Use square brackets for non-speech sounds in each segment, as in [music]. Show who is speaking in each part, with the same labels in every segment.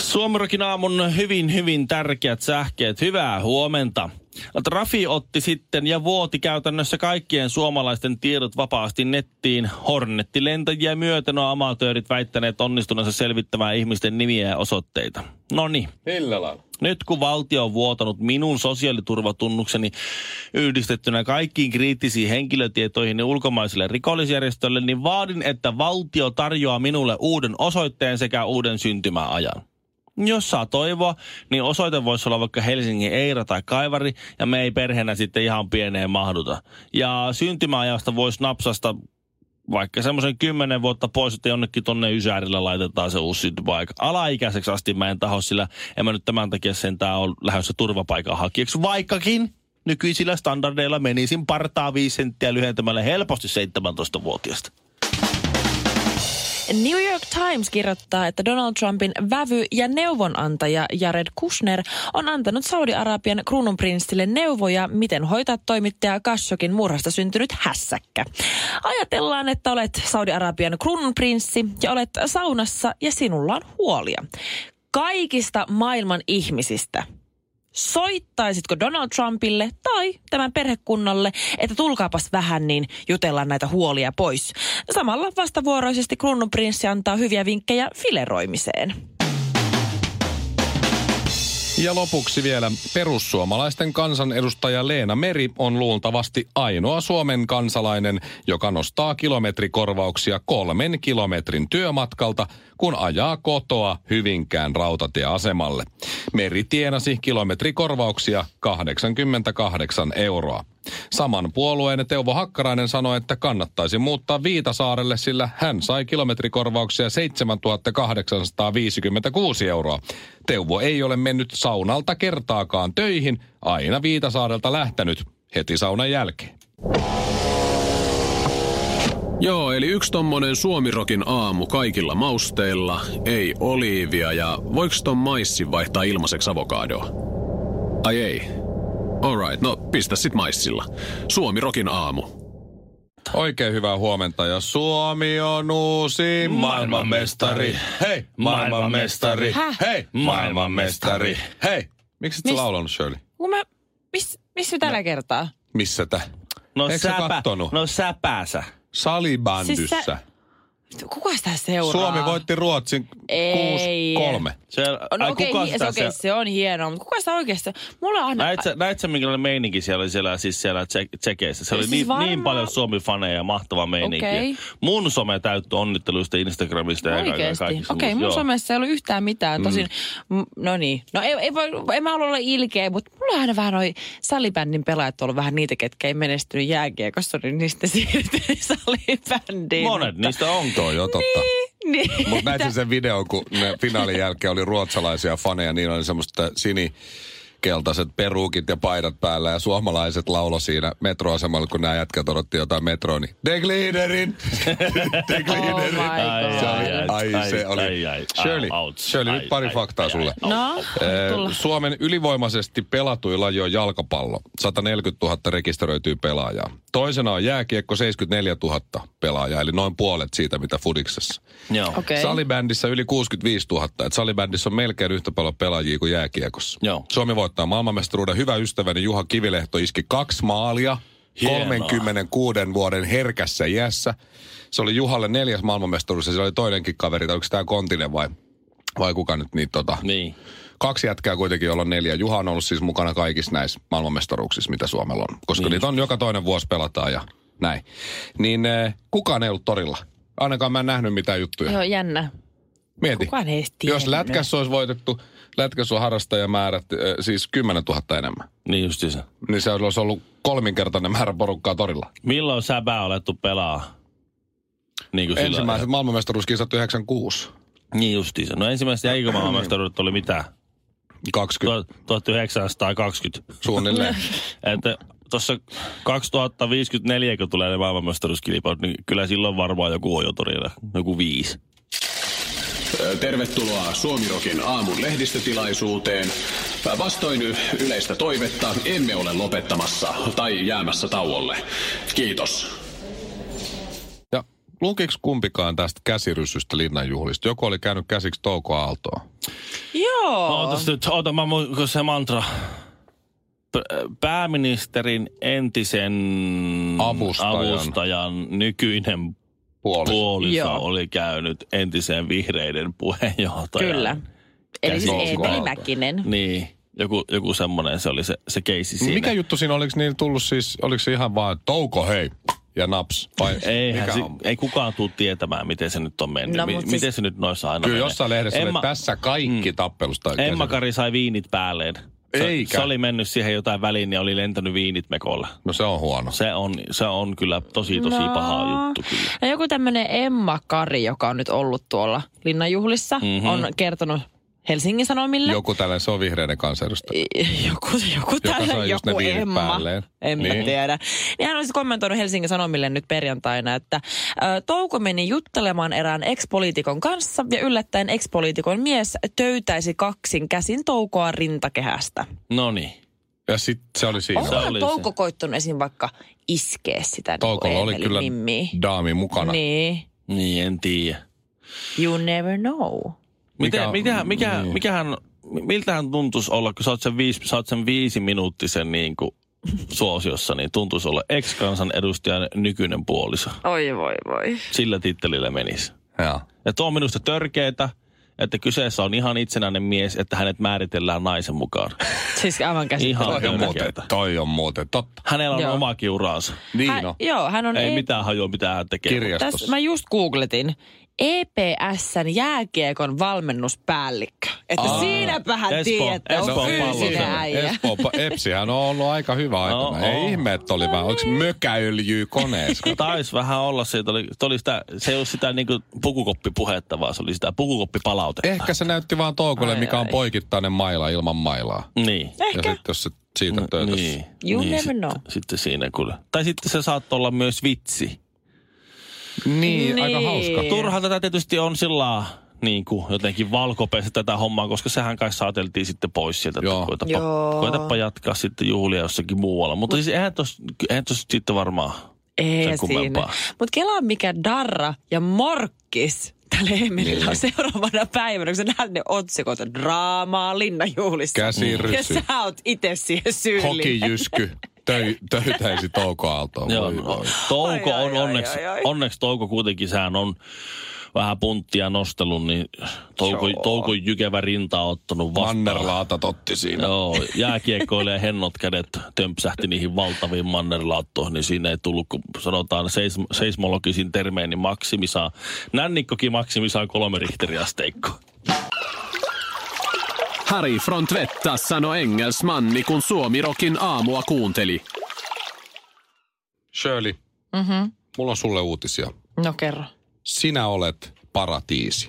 Speaker 1: Suomirokin aamun hyvin, hyvin tärkeät sähkeet. Hyvää huomenta. Trafi otti sitten ja vuoti käytännössä kaikkien suomalaisten tiedot vapaasti nettiin. Hornettilentäjiä myöten on amatöörit väittäneet onnistuneensa selvittämään ihmisten nimiä ja osoitteita. No niin.
Speaker 2: Sillä lailla.
Speaker 1: Nyt kun valtio on vuotanut minun sosiaaliturvatunnukseni yhdistettynä kaikkiin kriittisiin henkilötietoihin ja ulkomaisille rikollisjärjestöille, niin vaadin, että valtio tarjoaa minulle uuden osoitteen sekä uuden syntymäajan. Jos saa toivoa, niin osoite voisi olla vaikka Helsingin Eira tai Kaivari, ja me ei perheenä sitten ihan pieneen mahduta. Ja syntymäajasta voisi napsasta vaikka semmoisen kymmenen vuotta pois, että jonnekin tonne Ysärillä laitetaan se uusi syntymäaika. Alaikäiseksi asti mä en taho, sillä en mä nyt tämän takia sentään ole lähdössä turvapaikanhakijaksi, vaikkakin nykyisillä standardeilla menisin partaa viisi senttiä lyhentämällä helposti 17-vuotiaasta.
Speaker 3: New York Times kirjoittaa, että Donald Trumpin vävy- ja neuvonantaja Jared Kushner on antanut Saudi-Arabian kruununprinssille neuvoja, miten hoitaa toimittaja Khashogin murhasta syntynyt hässäkkä. Ajatellaan, että olet Saudi-Arabian kruununprinssi ja olet saunassa ja sinulla on huolia. Kaikista maailman ihmisistä soittaisitko Donald Trumpille tai tämän perhekunnalle, että tulkaapas vähän niin jutellaan näitä huolia pois. Samalla vastavuoroisesti kruununprinssi antaa hyviä vinkkejä fileroimiseen.
Speaker 2: Ja lopuksi vielä perussuomalaisten kansanedustaja Leena Meri on luultavasti ainoa Suomen kansalainen, joka nostaa kilometrikorvauksia kolmen kilometrin työmatkalta, kun ajaa kotoa Hyvinkään rautatieasemalle. Meri tienasi kilometrikorvauksia 88 euroa. Saman puolueen Teuvo Hakkarainen sanoi, että kannattaisi muuttaa Viitasaarelle, sillä hän sai kilometrikorvauksia 7856 euroa. Teuvo ei ole mennyt saunalta kertaakaan töihin, aina Viitasaarelta lähtenyt heti saunan jälkeen.
Speaker 4: Joo, eli yksi tommonen suomirokin aamu kaikilla mausteilla, ei oliivia ja voiko ton maissi vaihtaa ilmaiseksi avokadoa? Ai ei. Alright, no pistä sit maissilla. Suomirokin aamu.
Speaker 2: Oikein hyvää huomenta ja Suomi on uusi maailmanmestari. Hei, maailmanmestari.
Speaker 3: Häh?
Speaker 2: Hei, maailmanmestari. Hei. Miksi et sä
Speaker 3: Mis-
Speaker 2: laulanut, Shirley?
Speaker 3: Kun mä, miss, missä
Speaker 2: No.
Speaker 3: tällä kertaa?
Speaker 2: Missä tä?
Speaker 1: No,
Speaker 2: Eikö sä kattonut?
Speaker 1: no säpäsä.
Speaker 2: Salibändyssä.
Speaker 3: Siis sä- Kuka sitä seuraa?
Speaker 2: Suomi voitti Ruotsin
Speaker 3: Ei.
Speaker 2: 6-3.
Speaker 1: Se,
Speaker 3: No okei, okay, se, okay, se on hienoa, mutta kuka sitä oikeasti... Mulla on...
Speaker 1: Näit sä, näit sä minkälainen meininki siellä oli siellä, siis siellä tsek- tsekeissä? Se oli
Speaker 3: Siis
Speaker 1: niin,
Speaker 3: varmaan-
Speaker 1: niin paljon Suomi-faneja ja mahtava meininki.
Speaker 3: Okei.
Speaker 1: Mun some täyttyi onnitteluista Instagramista ja
Speaker 3: Oikeesti? Okei,
Speaker 1: kaikista muista.
Speaker 3: mun
Speaker 1: Joo.
Speaker 3: somessa ei ollut yhtään mitään. Tosin, mm. no niin. No ei, ei voi, en mä halua olla ilkeä, mutta mulla on aina vähän noi salibändin pelaajat ollut vähän niitä, ketkä ei menestynyt jääkiekossa, niin niistä [laughs] siirtyi salibändiin.
Speaker 1: Monet niistä on.
Speaker 2: Toi on totta.
Speaker 3: Niin.
Speaker 2: Mutta näitin sen videon, kun ne finaalin jälkeen oli ruotsalaisia faneja, niin oli semmoista sinikeltaiset peruukit ja paidat päällä ja suomalaiset laulo siinä metroasemalla, kun nämä jätkät odotti jotain metroa, niin De Gliderin! De
Speaker 3: [laughs] Oh my
Speaker 2: Gliderin!
Speaker 3: god.
Speaker 2: Se oli- ai, se oli. Shirley, Shirley, nyt pari faktaa sulle.
Speaker 3: No,
Speaker 2: Ee,
Speaker 3: tulla.
Speaker 2: Äh, Suomen ylivoimaisesti pelatuin laji on jalkapallo. 140 000 rekisteröityy pelaajaa. Toisena on jääkiekko 74 000 pelaajaa, eli noin puolet siitä, mitä Fudiksessa.
Speaker 1: Joo. Okay.
Speaker 3: Okei.
Speaker 2: Salibändissä yli 65 000. Et salibändissä on melkein yhtä paljon pelaajia kuin jääkiekossa.
Speaker 1: Joo.
Speaker 2: Suomi voittaa maailmanmestaruuden. Hyvä ystäväni Juha Kivilehto iski kaksi maalia
Speaker 1: Hienoa.
Speaker 2: 36 vuoden herkässä iässä. Se oli Juhalle neljäs maailmanmestaruus ja siellä oli toinenkin kaveri. Tai onko tämä Kontinen vai, vai kuka nyt niitä tota?
Speaker 1: Niin.
Speaker 2: Kaksi jätkää kuitenkin, jolla on neljä. Juha on ollut siis mukana kaikissa näissä maailmanmestaruuksissa, mitä Suomella on. Koska niin. niitä on joka toinen vuosi pelataan ja näin. Niin eh, kukaan ei ollut torilla. Ainakaan mä en nähnyt mitään juttuja.
Speaker 3: Joo, jännä.
Speaker 2: Mieti.
Speaker 3: Kukaan ei edes
Speaker 2: Jos
Speaker 3: tiennyt.
Speaker 2: lätkässä olisi voitettu, lätkässä on harrastajamäärät eh, siis 10 000 enemmän.
Speaker 1: Niin justi se.
Speaker 2: Niin se olisi ollut kolminkertainen määrä porukkaa torilla.
Speaker 1: Milloin säpää olettu pelaa? Niin kuin
Speaker 2: Ensimmäiset maailmanmestaruuskisat 96.
Speaker 1: Sillä, niin justi se. No ensimmäiset jäikö maailmanmestaruudet oli mitä?
Speaker 2: 20
Speaker 1: Tuo- 1920.
Speaker 2: suunnilleen.
Speaker 1: Että tuossa 2054, kun tulee ne maailmanmestaruuskilpailut, niin kyllä silloin varmaan joku on jo torilla. Joku viisi.
Speaker 4: Ö, Tervetuloa Suomirokin aamun lehdistötilaisuuteen. Ö, Vastoin y- yleistä toivetta, emme ole lopettamassa tai jäämässä tauolle. Kiitos.
Speaker 2: Ja lukiks kumpikaan tästä käsirysystä linnanjuhlista? Joku oli käynyt käsiksi Touko Aaltoa.
Speaker 3: Joo.
Speaker 1: Ootas nyt, oota mä mu- kun se mantra. P- pääministerin entisen
Speaker 2: Avustajan.
Speaker 1: avustajan nykyinen
Speaker 2: Puoliso.
Speaker 1: puoliso
Speaker 3: Joo.
Speaker 1: oli käynyt entisen vihreiden puheenjohtajan.
Speaker 3: Kyllä. Eli siis
Speaker 2: Joo,
Speaker 3: Eeteli
Speaker 2: kukaan.
Speaker 3: Mäkinen.
Speaker 1: Niin, joku, joku semmoinen se oli se, se keissi siinä.
Speaker 2: Mikä juttu siinä, oliko niillä tullut siis, oliko se ihan vaan Touko hei ja naps? Vai
Speaker 1: Eihän
Speaker 2: mikä
Speaker 1: se,
Speaker 2: on?
Speaker 1: ei kukaan tule tietämään, miten se nyt on mennyt.
Speaker 3: No,
Speaker 1: No, Mi-
Speaker 3: mut siis-
Speaker 1: siis... Miten se nyt noissa aina
Speaker 2: Kyllä
Speaker 1: menee.
Speaker 2: jossain lehdessä Emma...
Speaker 1: Emma,
Speaker 2: oli, tässä kaikki mm. tappelusta. ei
Speaker 1: Emma
Speaker 2: käsity.
Speaker 1: Kari sai viinit päälleen. Se,
Speaker 2: Eikä.
Speaker 1: se oli mennyt siihen jotain väliin ja oli lentänyt viinit mekolle.
Speaker 2: No se on huono.
Speaker 1: Se on, se on kyllä tosi
Speaker 2: Niin
Speaker 1: tosi no. paha juttu kyllä.
Speaker 3: No joku tämmöinen Emma Kari, joka on nyt ollut tuolla linnanjuhlissa, mm-hmm. on kertonut Helsingin Sanomille.
Speaker 2: Mhm. Joku tällainen, se on vihreiden kansanedustaja.
Speaker 3: I- [laughs] joku, joku,
Speaker 2: Joka
Speaker 3: tällä,
Speaker 2: sai just
Speaker 3: joku
Speaker 2: ne viinit
Speaker 3: Emma.
Speaker 2: päälleen.
Speaker 3: En niin. mä
Speaker 2: Niin.
Speaker 3: tiedä. Niin hän olisi kommentoinut Helsingin Sanomille nyt perjantaina, että ö, Touko meni juttelemaan erään ekspoliitikon kanssa ja yllättäen ekspoliitikon mies töytäisi kaksin käsin Toukoa rintakehästä.
Speaker 1: No niin.
Speaker 2: Ja sitten se oli siinä.
Speaker 1: Onko-
Speaker 3: Onkohan
Speaker 1: oli
Speaker 3: Touko
Speaker 1: se.
Speaker 3: koittanut esim. vaikka iskeä sitä niin kuin
Speaker 2: Toukolla oli
Speaker 3: Eemeli
Speaker 2: kyllä
Speaker 3: Mimmiä?
Speaker 2: daami mukana.
Speaker 3: Niin.
Speaker 1: Niin, en tiedä.
Speaker 3: You never know.
Speaker 1: Miten,
Speaker 2: Mikä-
Speaker 1: mikä, mikä, niin. mikähän, mi- miltähän tuntuisi olla, kun sä oot sen, viis, sä oot sen viisi minuuttisen niin kuin suosiossa, niin tuntuisi olla ex-kansan edustajan nykyinen puoliso.
Speaker 3: Oi voi voi.
Speaker 1: Sillä tittelillä menisi.
Speaker 2: Joo.
Speaker 1: Ja tuo on minusta törkeetä, että kyseessä on ihan itsenäinen mies, että hänet määritellään naisen mukaan.
Speaker 3: Siis aivan
Speaker 1: Ihan
Speaker 2: Toi on muuten,
Speaker 1: törkeetä.
Speaker 2: toi on muuten, totta.
Speaker 1: Hänellä on
Speaker 3: Joo.
Speaker 1: oma kiuraansa.
Speaker 3: Hän,
Speaker 2: Niin on.
Speaker 3: joo, hän on
Speaker 1: Ei
Speaker 3: e-
Speaker 1: mitään hajua, mitä hän tekee.
Speaker 3: Tässä
Speaker 2: Kirjastossa.
Speaker 3: mä just googletin. EPSn jääkiekon valmennuspäällikkö. Että
Speaker 2: Aa.
Speaker 3: siinäpähän
Speaker 1: Espoo-
Speaker 3: tiedätte,
Speaker 1: Espoo
Speaker 3: on fyysinen
Speaker 1: palloseura.
Speaker 3: äijä.
Speaker 2: Espoo, Epsihän on ollut aika hyvä aikana.
Speaker 1: No, niin.
Speaker 2: Ei
Speaker 1: on.
Speaker 2: ihme, että oli vähän. Onko mökäyljyy koneessa?
Speaker 1: Taisi vähän olla se, että oli, että oli sitä, se ei ollut sitä niin kuin pukukoppipuhetta, vaan se oli sitä pukukoppipalautetta.
Speaker 2: Ehkä se näytti vaan toukolle,
Speaker 3: Ai,
Speaker 2: mikä on
Speaker 3: ai.
Speaker 2: poikittainen maila ilman mailaa.
Speaker 1: Niin.
Speaker 2: Ja
Speaker 3: Ehkä.
Speaker 2: sitten jos se siitä töytäs.
Speaker 1: Niin.
Speaker 3: You
Speaker 1: niin,
Speaker 3: never
Speaker 1: sit-
Speaker 3: know.
Speaker 1: Sitten siinä kyllä. Tai sitten se saattoi olla myös vitsi.
Speaker 2: Niin, aika
Speaker 3: Niin.
Speaker 2: hauska.
Speaker 3: Niin.
Speaker 1: Turha tätä tietysti on sillä niin kuin jotenkin valkopeissä tätä hommaa, koska sehän kai saateltiin sitten pois sieltä, että
Speaker 2: Joo.
Speaker 1: koetapa,
Speaker 3: Joo.
Speaker 1: koetapa jatkaa sitten juhlia jossakin muualla. Mutta siis eihän tos, eihän tos sitten varmaan
Speaker 3: Ei
Speaker 1: sen
Speaker 3: siinä.
Speaker 1: kummempaa.
Speaker 3: Mutta kelaa mikä Darra ja Morkkis tällä Emilillä
Speaker 1: Niin.
Speaker 3: on seuraavana päivänä, kun sä näet ne otsikot, draamaa linnanjuhlissa. ja
Speaker 2: Käsirysy,
Speaker 3: sä oot itse siihen syyllinen.
Speaker 2: hokijysky, töi, töytäisi Touko Aaltoa.
Speaker 1: Joo,
Speaker 2: Voi
Speaker 1: no,
Speaker 2: voi.
Speaker 1: touko
Speaker 3: Ai, ai,
Speaker 1: on
Speaker 3: ai,
Speaker 1: onneksi,
Speaker 3: ai, ai.
Speaker 1: onneksi touko kuitenkin, sehän on vähän punttia nostellut, niin touko, touko jykevä rinta on ottanut vastaan.
Speaker 2: Mannerlaata totti siinä.
Speaker 1: Joo, jääkiekkoille ja hennot kädet tömpsähti niihin valtaviin mannerlaattoihin, niin siinä ei tullut, kun sanotaan seism- seismologisin termein, niin maksimi saa, nännikkokin maksimi saa kolme richteriasteikkoa.
Speaker 4: Harry Frontvettas sanoi engelsmanni, kun Suomirokin aamua kuunteli.
Speaker 2: Shirley, mm-hmm. mulla on sulle uutisia.
Speaker 3: No kerro.
Speaker 2: Sinä olet paratiisi.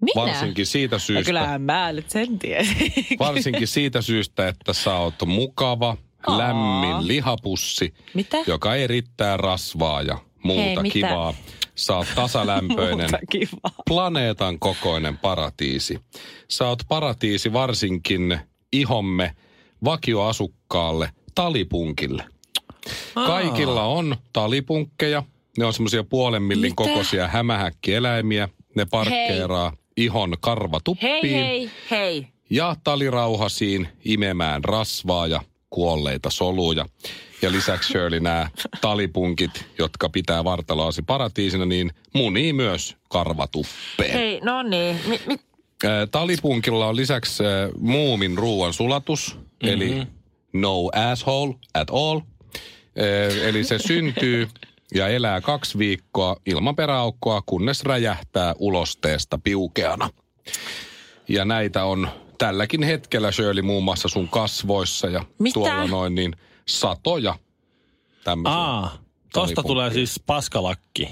Speaker 3: Minä?
Speaker 2: Varsinkin siitä
Speaker 3: Ja
Speaker 2: syystä.
Speaker 3: kyllähän mä nyt sen tiesin.
Speaker 2: Varsinkin siitä syystä, että sä oot mukava,
Speaker 3: Aa.
Speaker 2: lämmin lihapussi,
Speaker 3: Mitä?
Speaker 2: joka erittää rasvaa ja muuta
Speaker 3: Hei, mitä?
Speaker 2: kivaa. Sä oot tasalämpöinen,
Speaker 3: Muuta kivaa.
Speaker 2: planeetan kokoinen paratiisi. Sä oot paratiisi varsinkin ihomme vakioasukkaalle talipunkille. Kaikilla on talipunkkeja. Ne on semmoisia puolen millin
Speaker 3: Mitä?
Speaker 2: kokoisia hämähäkkieläimiä. Ne parkkeeraa ihon karvatuppiin
Speaker 3: Hei, hei, hei.
Speaker 2: ja talirauhasiin imemään rasvaa ja kuolleita soluja. Ja lisäksi Shirley nämä talipunkit, jotka pitää vartaloasi paratiisina, niin munii myös karvatuppeen.
Speaker 3: Hei, no niin. Mi- mi-
Speaker 2: Ää, Talipunkilla on lisäksi ää, muumin ruoan sulatus, mm-hmm. eli no asshole at all. Ää, Eli se syntyy ja elää kaksi viikkoa ilman peräaukkoa, kunnes räjähtää ulosteesta piukeana. Ja näitä on tälläkin hetkellä, Shirley, muun muassa sun kasvoissa ja
Speaker 3: Mitä?
Speaker 2: tuolla noin niin satoja tämmöisiä.
Speaker 1: Aa, tosta tulee siis paskalakki.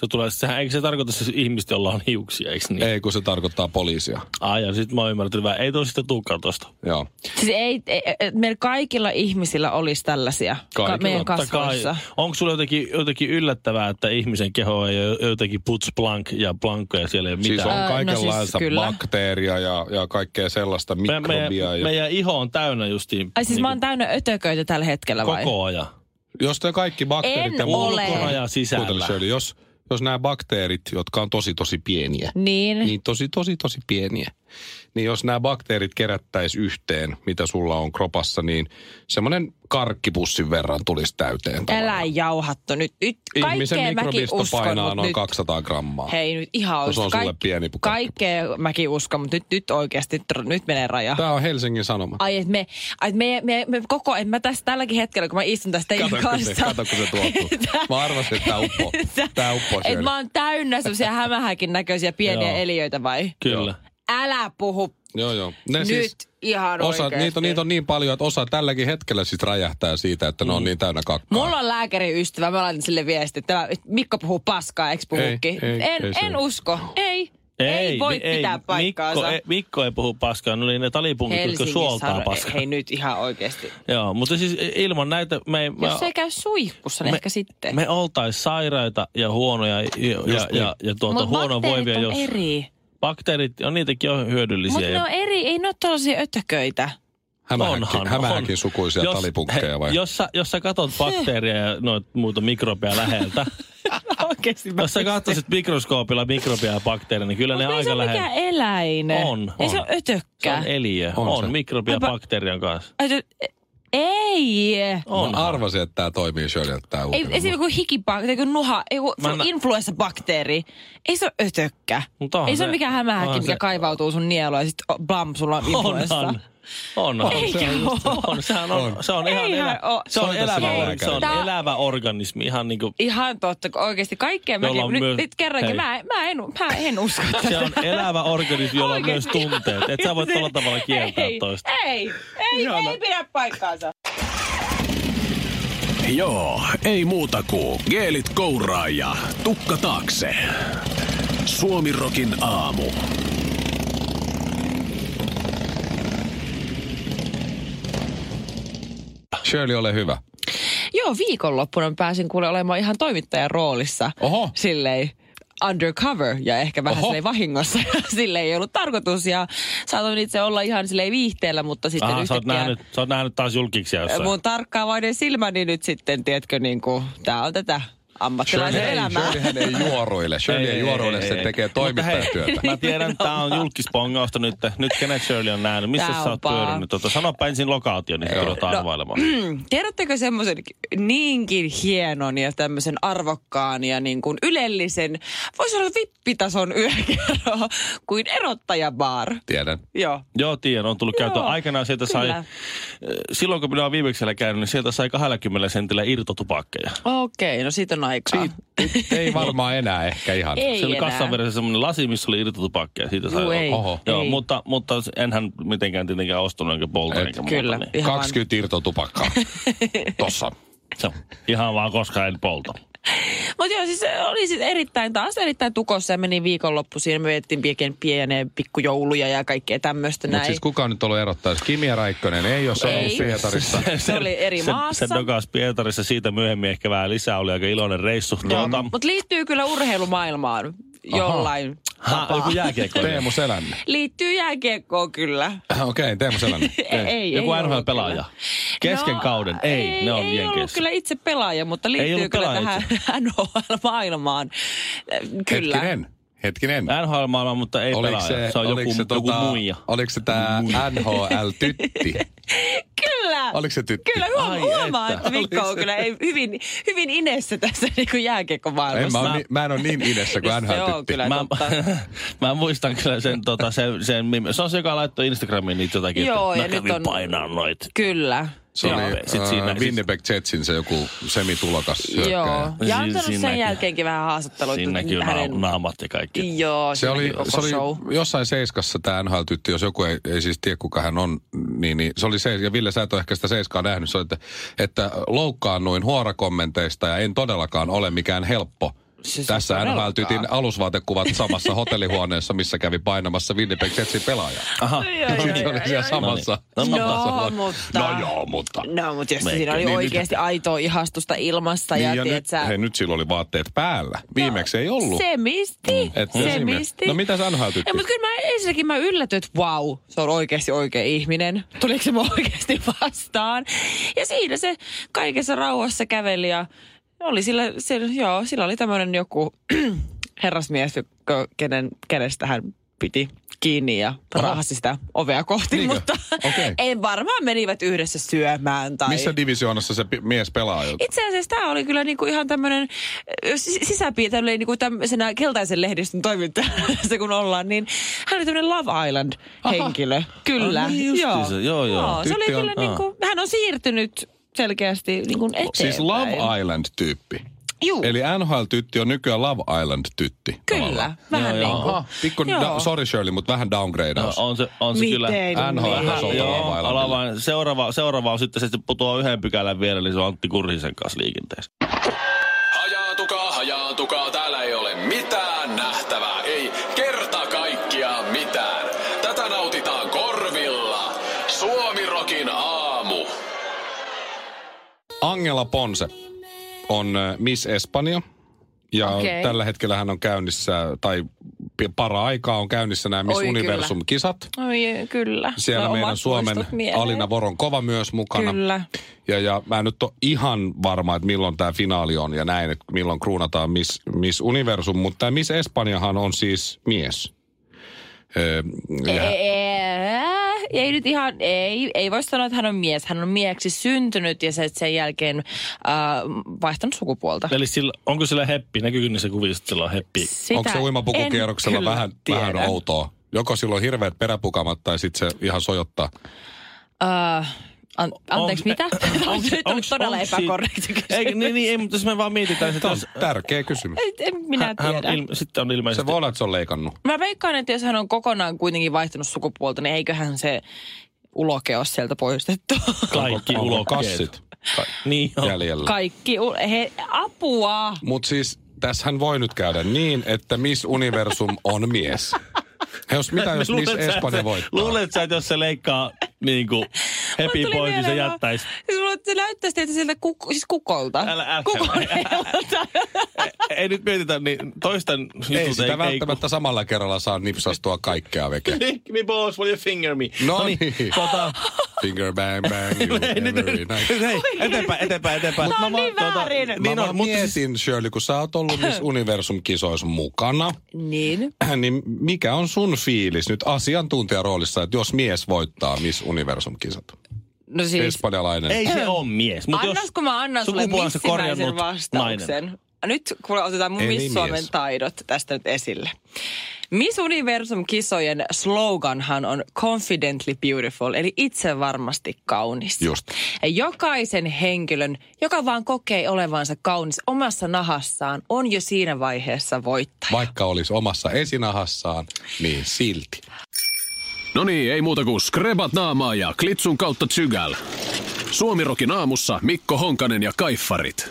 Speaker 1: Se tulee, sehän, eikö se tarkoita se ihmistä, jolla on hiuksia, eikö niin?
Speaker 2: Ei, kun se tarkoittaa poliisia.
Speaker 1: Ai ja sit mä oon ymmärtänyt vähän. Ei toisista tuukaan tosta.
Speaker 2: Joo.
Speaker 3: Siis ei, ei, ei- meillä kaikilla ihmisillä olisi tällaisia
Speaker 2: Kaikilla,
Speaker 3: ka- meidän
Speaker 1: Totta kai.
Speaker 3: kasvoissa.
Speaker 1: Onko sulla jotenkin, jotenkin yllättävää, että ihmisen keho ei ole jotenkin puts blank ja blankkoja siellä ei ole mitään?
Speaker 2: Siis on
Speaker 3: Öö, no
Speaker 2: kaikenlaista
Speaker 3: siis kyllä.
Speaker 2: bakteeria ja, ja kaikkea sellaista
Speaker 1: me,
Speaker 2: mikrobia.
Speaker 1: me,
Speaker 2: ja...
Speaker 1: Meidän iho on täynnä justiin niinku,
Speaker 3: Ai siis mä oon täynnä ötököitä tällä hetkellä vai?
Speaker 1: Niin koko ajan.
Speaker 2: Jos te kaikki bakteerit
Speaker 3: En
Speaker 2: ja muut-
Speaker 3: ole.
Speaker 1: Ulkona ja sisällä.
Speaker 2: Kuuntele Shirley, jos, jos nämä bakteerit, jotka on tosi tosi pieniä,
Speaker 3: Niin.
Speaker 2: niin tosi tosi tosi pieniä, niin jos nämä bakteerit kerättäisiin yhteen, mitä sulla on kropassa, niin semmoinen karkkipussin verran tulisi täyteen.
Speaker 3: Älä jauhattu nyt. nyt
Speaker 2: Ihmisen
Speaker 3: kaikkea mäkin
Speaker 2: mikrobisto
Speaker 3: uskon,
Speaker 2: painaa
Speaker 3: mut
Speaker 2: noin
Speaker 3: nyt.
Speaker 2: 200 grammaa.
Speaker 3: Hei nyt ihan
Speaker 2: No se on
Speaker 3: oikeesti.
Speaker 2: sulle pieni pukka.
Speaker 3: Kaikkea mäkin uskon, mutta nyt, nyt oikeasti tr- nyt menee raja.
Speaker 2: Tämä on Helsingin Sanoma.
Speaker 3: Ai, että me, ai, et me, me, me, koko, en mä tässä tälläkin hetkellä, kun mä istun tässä teidän
Speaker 2: Kato, kun se,
Speaker 3: kanssa.
Speaker 2: kato, kun se tuottuu.
Speaker 3: [laughs]
Speaker 2: Mä arvasin, että tämä uppoo. Tämä uppoo
Speaker 3: Et
Speaker 2: Shirley.
Speaker 3: mä oon täynnä semmoisia hämähäkin näköisiä pieniä
Speaker 1: Joo.
Speaker 3: eliöitä vai?
Speaker 1: Kyllä.
Speaker 3: Älä puhu
Speaker 2: Joo, joo. Ne
Speaker 3: nyt
Speaker 2: siis,
Speaker 3: ihan
Speaker 2: osa,
Speaker 3: oikeesti.
Speaker 2: niitä, on- niitä on niin paljon, että osa tälläkin hetkellä sit räjähtää siitä, että ne on niin täynnä kakkaa.
Speaker 3: Mm. Mulla on lääkäriystävä, mä laitan sille viesti, että tämä Mikko puhuu paskaa, eikö puhukin?
Speaker 2: ei,
Speaker 3: en,
Speaker 2: ei se
Speaker 3: en
Speaker 2: ole.
Speaker 3: usko, ei. Ei, voi
Speaker 1: mi-
Speaker 3: pitää paikkaansa.
Speaker 1: Mikko, ei, Mikko ei puhu paskaa, no niin ne talipunkit, jotka
Speaker 3: Helsingissä
Speaker 1: suoltaa
Speaker 3: on-
Speaker 1: paskaa.
Speaker 3: Hei nyt ihan oikeasti.
Speaker 1: Joo, mutta siis ilman näitä me ei...
Speaker 3: Jos se ei käy suihkussa, niin
Speaker 1: me-
Speaker 3: ehkä sitten.
Speaker 1: Me oltais sairaita ja huonoja ja, ja, ja, ja,
Speaker 2: niin.
Speaker 1: ja tuota,
Speaker 3: Mut
Speaker 1: huono
Speaker 3: bakteerit
Speaker 1: voivia,
Speaker 3: on
Speaker 1: jos
Speaker 3: eri.
Speaker 1: bakteerit, on niitäkin on hyödyllisiä.
Speaker 3: Mutta ne
Speaker 1: ja-
Speaker 3: on eri, ei ne ole tällaisia ötököitä. [laughs]
Speaker 2: Hämähäkin, hämähäkin sukuisia
Speaker 1: Jos-
Speaker 2: talipunkkeja vai?
Speaker 1: he- Jos sä, jos sä katot bakteeria ja noita muuta mikrobeja läheltä,
Speaker 3: Oikeasti.
Speaker 1: jos sä katsoisit mikroskoopilla mikrobia ja bakteeria, niin kyllä ne
Speaker 3: Mutta ei se
Speaker 1: aika
Speaker 3: ole mikään
Speaker 1: lähellä.
Speaker 3: eläin.
Speaker 1: On,
Speaker 3: Ei
Speaker 1: on.
Speaker 3: se ole
Speaker 1: Se
Speaker 3: ötökkä.
Speaker 1: on eliö.
Speaker 2: On
Speaker 1: On,
Speaker 2: se.
Speaker 1: on mikrobia
Speaker 3: Onpa-
Speaker 1: bakteerian kanssa.
Speaker 3: Ai, se- Ei.
Speaker 1: On.
Speaker 2: Mä arvasin, että tämä toimii Shirley, että tämä
Speaker 3: Ei, esimerkiksi joku hikibakteeri, joku nuha, joku, se
Speaker 1: Mä
Speaker 3: on
Speaker 1: nä-
Speaker 3: influenssabakteeri. Ei se ole ötökkä.
Speaker 1: Mut onhan
Speaker 3: ei se,
Speaker 1: se-
Speaker 3: ole mikään hämähäkki,
Speaker 1: onhan
Speaker 3: mikä
Speaker 1: se-
Speaker 3: kaivautuu sun nieluun ja sit oh, blam, sulla on influenssa.
Speaker 1: Onhan. Onhan.
Speaker 3: Eikä
Speaker 1: se on, just-
Speaker 3: oo.
Speaker 1: on, sehän on,
Speaker 2: On.
Speaker 1: se on ihan
Speaker 3: Eihän
Speaker 1: elä,
Speaker 3: oo.
Speaker 1: se on
Speaker 2: Soita
Speaker 1: elävä,
Speaker 2: sinne
Speaker 1: or, se
Speaker 2: lääkärille.
Speaker 1: on
Speaker 3: Tää-
Speaker 1: elävä organismi, ihan niinku
Speaker 3: Ihan totta, kun oikeasti kaikkea
Speaker 1: Jolla
Speaker 3: mäkin,
Speaker 1: on
Speaker 3: nyt,
Speaker 1: myö-
Speaker 3: nyt
Speaker 1: Hei.
Speaker 3: kerrankin, mä, en- mä, en, mä en usko
Speaker 1: se
Speaker 3: tätä.
Speaker 1: on elävä organismi, jolla on myös
Speaker 3: Oikeesti. niin.
Speaker 1: tunteet. Et sä voi tällä tavalla kieltää
Speaker 3: ei,
Speaker 1: toista.
Speaker 3: Ei, ei, ei pidä paikkaansa.
Speaker 4: Joo, ei muuta kuin geelit kouraa ja tukka taakse. Suomirokin aamu.
Speaker 2: Shirley, ole hyvä.
Speaker 3: Joo, viikonloppuna mä pääsin kuule olemaan ihan toimittajan roolissa.
Speaker 2: Oho.
Speaker 3: Silleen undercover ja ehkä vähän
Speaker 2: Oho.
Speaker 3: silleen vahingossa. [laughs] Sille ei ollut tarkoitus ja saatoin itse olla ihan silleen viihteellä, mutta sitten
Speaker 1: Aha, sä oot,
Speaker 3: yhtäkkiä...
Speaker 1: nähnyt, sä oot nähnyt taas julkiksi jossain.
Speaker 3: Mun tarkkaavainen silmäni nyt sitten, tiedätkö, niin kuin, tää on tätä ammattilaisen
Speaker 2: Shirley, ei,
Speaker 3: elämää.
Speaker 2: Shirleyhän
Speaker 3: [laughs]
Speaker 2: ei juoroile. Shirley ei, juoroile, se tekee toimittajatyötä.
Speaker 1: Mä tiedän, että tää on julkispongausta nyt. Nyt kenet Shirley on nähnyt? Missä
Speaker 3: Tää
Speaker 1: sä
Speaker 3: on
Speaker 1: oot
Speaker 3: paha.
Speaker 1: pyörinyt? Tota, sanoppa ensin lokaatio, niin sitten ruvetaan
Speaker 3: No,
Speaker 1: arvailemaan.
Speaker 3: Tiedättekö semmoisen niinkin hienon ja tämmöisen arvokkaan ja niin kuin ylellisen, voisi olla vippitason yökerho kuin erottajabaar.
Speaker 2: Tiedän.
Speaker 3: Joo.
Speaker 1: Joo, tiedän, on tullut
Speaker 3: Joo,
Speaker 1: käyttöön. Aikanaan sieltä sai, Eh,
Speaker 3: kyllä.
Speaker 1: silloin kun minä olen viimeksi siellä käynyt, niin sieltä sai 20 sentillä irtotupakkeja.
Speaker 3: Okei, no siitä on aikaa.
Speaker 2: Ei varmaan enää ehkä ihan.
Speaker 3: Ei
Speaker 1: se oli
Speaker 3: enää.
Speaker 1: kassan veressä semmoinen lasi, missä oli irtotupakkeja. Siitä sai
Speaker 3: Juu, ei.
Speaker 2: Oho.
Speaker 1: Joo,
Speaker 3: ei.
Speaker 1: mutta, mutta enhän mitenkään tietenkään ostanut enkä poltanut.
Speaker 2: Et.
Speaker 1: enkä
Speaker 3: Kyllä,
Speaker 1: Muuta, niin.
Speaker 3: ihan [laughs]
Speaker 2: 20 irtotupakkaa. Tossa.
Speaker 1: se, on ihan vaan, koska en polta.
Speaker 3: Mutta joo, siis oli sit erittäin, taas erittäin tukossa ja meni viikonloppu siinä. Me vietettiin pienen, pienen pikkujouluja ja kaikkea tämmöistä
Speaker 2: Mutta
Speaker 3: näin.
Speaker 2: siis kuka on nyt ollut erottaisi? Kimi ja Räikkönen ei ole sanonut
Speaker 3: Ei. [laughs]
Speaker 2: Pietarissa.
Speaker 3: Se oli
Speaker 1: [laughs]
Speaker 3: eri
Speaker 1: se,
Speaker 3: maassa.
Speaker 1: Se dokas Pietarissa, siitä myöhemmin ehkä vähän lisää oli aika iloinen reissu. Tuota,
Speaker 3: Mutta liittyy kyllä urheilumaailmaan jollain
Speaker 1: ha, joku
Speaker 3: tapaa.
Speaker 1: jääkiekko.
Speaker 2: Teemu Selänne.
Speaker 3: Liittyy jääkiekkoon kyllä.
Speaker 2: Äh, Okei, Teemu Selänne.
Speaker 3: [laughs] Ei, ei,
Speaker 1: Joku
Speaker 3: ei ollut
Speaker 1: NHL-pelaaja.
Speaker 3: kyllä. No,
Speaker 1: Kesken kauden. Ei, ne on
Speaker 3: ei ollut
Speaker 1: Jenkeissä.
Speaker 3: kyllä itse pelaaja, mutta liittyy
Speaker 1: ollut
Speaker 3: kyllä
Speaker 1: pelaaja
Speaker 3: tähän [laughs] NHL-maailmaan. Eh, Kyllä.
Speaker 2: Hetkinen. Hetkinen.
Speaker 1: NHL-maailma, mutta ei
Speaker 2: Oliko
Speaker 1: pelaaja. Se,
Speaker 2: se,
Speaker 1: se on joku,
Speaker 2: oliko se, tota-
Speaker 1: se joku muija.
Speaker 2: oliko se tämä
Speaker 1: [laughs]
Speaker 2: NHL-tytti?
Speaker 3: Kyllä.
Speaker 2: Oliko se tyttö?
Speaker 3: Kyllä, huom-
Speaker 1: Ai
Speaker 3: huomaa,
Speaker 1: että.
Speaker 3: että Mikko on kyllä ei, hyvin, hyvin inessä tässä [laughs] niin
Speaker 2: En, mä,
Speaker 3: jääkiekkomaailmassa.
Speaker 2: mä, ni, mä en ole niin idessä kuin
Speaker 3: Se on
Speaker 2: NHL-tytti.
Speaker 3: kyllä
Speaker 1: Mä,
Speaker 3: totta.
Speaker 1: [laughs] mä muistan kyllä sen, tota, sen, sen mime. Se on se, joka laittoi Instagramiin niitä jotakin,
Speaker 3: Joo,
Speaker 1: että
Speaker 3: ja
Speaker 1: mä kävin
Speaker 3: nyt on-
Speaker 1: painaa noit.
Speaker 3: Kyllä.
Speaker 2: Se
Speaker 1: Joo,
Speaker 2: oli
Speaker 1: sit
Speaker 2: äh,
Speaker 1: siinä- siis-
Speaker 2: Winnipeg Jetsin se joku semitulokas
Speaker 3: Joo.
Speaker 2: hyökkääjä.
Speaker 3: Ja
Speaker 1: Siinä-
Speaker 3: antanut
Speaker 1: siinä
Speaker 3: sen
Speaker 1: näkyy-
Speaker 3: jälkeenkin vähän haastatteluita.
Speaker 1: Siinä näkyy hänen... naamat ja kaikki.
Speaker 3: Joo,
Speaker 2: Se oli,
Speaker 3: koko
Speaker 2: se oli
Speaker 3: show.
Speaker 2: jossain seiskassa tämä NHL-tyttö, jos joku ei, ei siis tiedä kuka hän on, niin, niin se oli se, ja Ville sä et ole ehkä sitä seiskaa nähnyt, se oli, että, että loukkaannuin huorakommenteista ja en todellakaan ole mikään helppo
Speaker 3: Siis
Speaker 2: Tässä
Speaker 3: todellakaan.
Speaker 2: NHL-tytin alusvaatekuvat samassa hotellihuoneessa, missä kävi painamassa Winnipeg Jetsin pelaajaa.
Speaker 1: Aha.
Speaker 3: Ai, ai,
Speaker 2: Se
Speaker 3: ai,
Speaker 2: oli
Speaker 3: ai,
Speaker 2: siellä
Speaker 3: ai.
Speaker 2: samassa.
Speaker 1: No niin. No,
Speaker 2: samassa-
Speaker 3: mutta-
Speaker 2: No joo, mutta.
Speaker 3: No, mutta jos
Speaker 1: Meikä.
Speaker 3: siinä oli
Speaker 2: Niin,
Speaker 3: oikeasti aitoa ihastusta ilmassa ja,
Speaker 2: Niin, ja nyt,
Speaker 3: tiedät sä, No,
Speaker 2: hei, nyt sillä oli vaatteet päällä. Viimeksi ei ollut. Mm.
Speaker 3: Se misti,
Speaker 2: Et
Speaker 3: se
Speaker 2: esimerkiksi.
Speaker 3: misti.
Speaker 2: No mitä sä NHL tytti?
Speaker 3: Ei, mutta kyllä mä ensinnäkin mä yllätyin, että wow, se on oikeasti oikea ihminen. Tuliko se mua oikeasti vastaan? Ja siinä se kaikessa rauhassa käveli ja oli sillä, se, joo, sillä oli tämmöinen joku [clears throat] herrasmies, joka- kenen, kenestä hän piti kiinni ja rahasi sitä ovea kohti,
Speaker 2: Niinkö?
Speaker 3: mutta [laughs]
Speaker 2: Okei.
Speaker 3: ei varmaan menivät yhdessä syömään tai...
Speaker 2: Missä divisioonassa se pi- mies pelaa? jo?
Speaker 3: Itse asiassa tämä oli kyllä niinku ihan tämmöinen sisäpiirtä, niinku tämmöisenä keltaisen lehdistön [laughs] toimittajassa kun ollaan, niin hän oli tämmöinen Love Island-henkilö. Kyllä.
Speaker 1: Ah, niin justiinsa. Joo, joo.
Speaker 3: se oli
Speaker 2: Tytti on-
Speaker 3: kyllä
Speaker 2: aa.
Speaker 3: niinku, hän on siirtynyt selkeästi niinku eteenpäin.
Speaker 2: Siis Love Island-tyyppi.
Speaker 3: Juu,
Speaker 2: Eli NHL-tytti on nykyään Love Island-tytti.
Speaker 3: kyllä.
Speaker 2: tavallaan.
Speaker 3: Vähän
Speaker 1: Joo,
Speaker 3: niin
Speaker 1: joo.
Speaker 3: kuin.
Speaker 2: Aha, Ah, pikku,
Speaker 3: Joo.
Speaker 2: da, sorry Shirley, mutta vähän
Speaker 1: No,
Speaker 2: downgradeaus.
Speaker 1: on se, on se
Speaker 3: Miten
Speaker 1: kyllä.
Speaker 2: NHL
Speaker 3: niin?
Speaker 2: tasolta
Speaker 1: Joo,
Speaker 2: Love Islandilla.
Speaker 1: alavain. Seuraava, seuraava on sitten se, että putoaa yhden pykälän vielä, eli se on Antti Kurhisen kanssa liikenteessä.
Speaker 4: Hajaatukaa, hajaatukaa, täällä ei ole mitään nähtävää, ei kerta kaikkiaan mitään. Tätä nautitaan korvilla. Suomirokin aamu.
Speaker 2: Angela Ponse on äh, Miss Espanja. Ja okay.
Speaker 3: Okei.
Speaker 2: tällä hetkellä hän on käynnissä, tai pi- para-aikaa on käynnissä nämä Miss
Speaker 3: Oi, kyllä.
Speaker 2: Universum-kisat.
Speaker 3: Oi, kyllä.
Speaker 2: Siellä
Speaker 3: No,
Speaker 2: meidän
Speaker 3: omat
Speaker 2: Suomen
Speaker 3: muistot mieleen.
Speaker 2: Alina Voronkova myös mukana.
Speaker 3: Kyllä.
Speaker 2: Ja, ja mä en nyt ole ihan varma, että milloin tämä finaali on ja näin, että milloin kruunataan Miss, Miss Universum. Mutta tämä Miss Espanjahan on siis mies. Öö, ja-
Speaker 3: Ää, ei nyt ihan, ei, ei voi sanoa, että hän on mies. Hän on mieheksi syntynyt ja se, sen jälkeen äh, vaihtanut sukupuolta.
Speaker 1: Eli sillä, onko sillä heppi? Näkyykö niissä kuvissa, että sillä on heppi?
Speaker 3: Sitä
Speaker 2: Onko se uimapukukierroksella
Speaker 3: en kyllä
Speaker 2: vähän,
Speaker 3: tiedä.
Speaker 2: vähän outoa? Joko silloin on hirveät peräpukamat tai sitten se ihan sojottaa.
Speaker 3: Äh, an,
Speaker 1: [laughs] Onks-
Speaker 3: anteeksi, mitä? [laughs] Onko nyt ollut todella
Speaker 1: onks-
Speaker 3: epäkorrekti
Speaker 1: siitä-
Speaker 3: kysymys?
Speaker 1: Ei, niin, niin, ei, mutta jos me vaan mietitään sitä.
Speaker 2: Tämä on tärkeä kysymys.
Speaker 3: [laughs] En- En minä
Speaker 1: hän,
Speaker 3: tiedä.
Speaker 1: on ilme, sitten on
Speaker 2: Se
Speaker 1: ilmeisesti...
Speaker 2: voi olla, että se on leikannut.
Speaker 3: Mä veikkaan, että jos hän on kokonaan kuitenkin vaihtanut sukupuolta, niin eiköhän se uloke ole sieltä poistettu.
Speaker 1: kaikki
Speaker 2: Onko
Speaker 1: ulokkeet.
Speaker 2: kassit
Speaker 1: Niin on. [laughs]
Speaker 2: jäljellä?
Speaker 3: Kaikki, u- he, apua!
Speaker 2: Mutta siis tässähän voi nyt käydä niin, että Miss Universum on
Speaker 1: [laughs]
Speaker 2: mies. Ja Jos, mitä jos Miss
Speaker 1: Luulet sä,
Speaker 2: Espanja
Speaker 1: että-
Speaker 2: voittaa?
Speaker 1: Luulet sä, että jos se leikkaa niin kuin
Speaker 3: Mulle
Speaker 1: hepi
Speaker 3: tuli
Speaker 1: pois, niin se
Speaker 3: mieleen vaan-
Speaker 1: jättäisi.
Speaker 3: Siis mulle se näyttäisi teitä sieltä kuk- siis kukolta.
Speaker 1: Älä- älkää.
Speaker 3: Kukoneelta.
Speaker 1: Ei nyt mietitä, niin toistan jutut
Speaker 2: Ei sitä välttämättä samalla kerralla saa nipsastua kaikkea veke.
Speaker 1: Lick me balls while you finger me.
Speaker 2: No
Speaker 1: Noniin,
Speaker 2: niin.
Speaker 1: Tota,
Speaker 2: Finger bang bang, you
Speaker 1: [laughs] ei, nyt,
Speaker 2: every
Speaker 1: nyt,
Speaker 2: night.
Speaker 1: hei, eteenpäin, eteenpäin, eteenpäin.
Speaker 3: Tää on niin väärin. Mä
Speaker 1: niin
Speaker 2: Mä
Speaker 1: on,
Speaker 2: vaan
Speaker 1: mutta siis,
Speaker 2: mietin, Shirley, kun sä
Speaker 1: [clears throat]
Speaker 2: oot ollut Miss Universum-kisoissa mukana, [clears throat]
Speaker 3: niin.
Speaker 2: niin mikä on sun fiilis nyt asiantuntijaroolissa, että jos mies voittaa Miss Universum-kisat?
Speaker 3: No siis,
Speaker 2: Espanjalainen.
Speaker 1: ei se on mies. Mutta jos
Speaker 3: annas kun mä annan sulle
Speaker 1: sukupuolensa
Speaker 3: missimäisen
Speaker 1: korjannut
Speaker 3: vastauksen.
Speaker 1: nainen. niin,
Speaker 3: Nyt kuule otetaan mun
Speaker 2: Eli
Speaker 3: Miss Suomen
Speaker 2: mies.
Speaker 3: taidot tästä nyt esille. Miss Universum-kisojen sloganhan on confidently beautiful, eli itsevarmasti kaunis.
Speaker 2: Just.
Speaker 3: Ja Jokaisen henkilön, joka vaan kokee olevansa kaunis omassa nahassaan, on jo siinä vaiheessa voittaja.
Speaker 2: Vaikka olisi omassa esinahassaan, niin silti.
Speaker 4: No niin, ei muuta kuin skrebat naamaa ja klitsun kautta tsygäl. Suomirokin aamussa Mikko Honkanen ja Kaiffarit.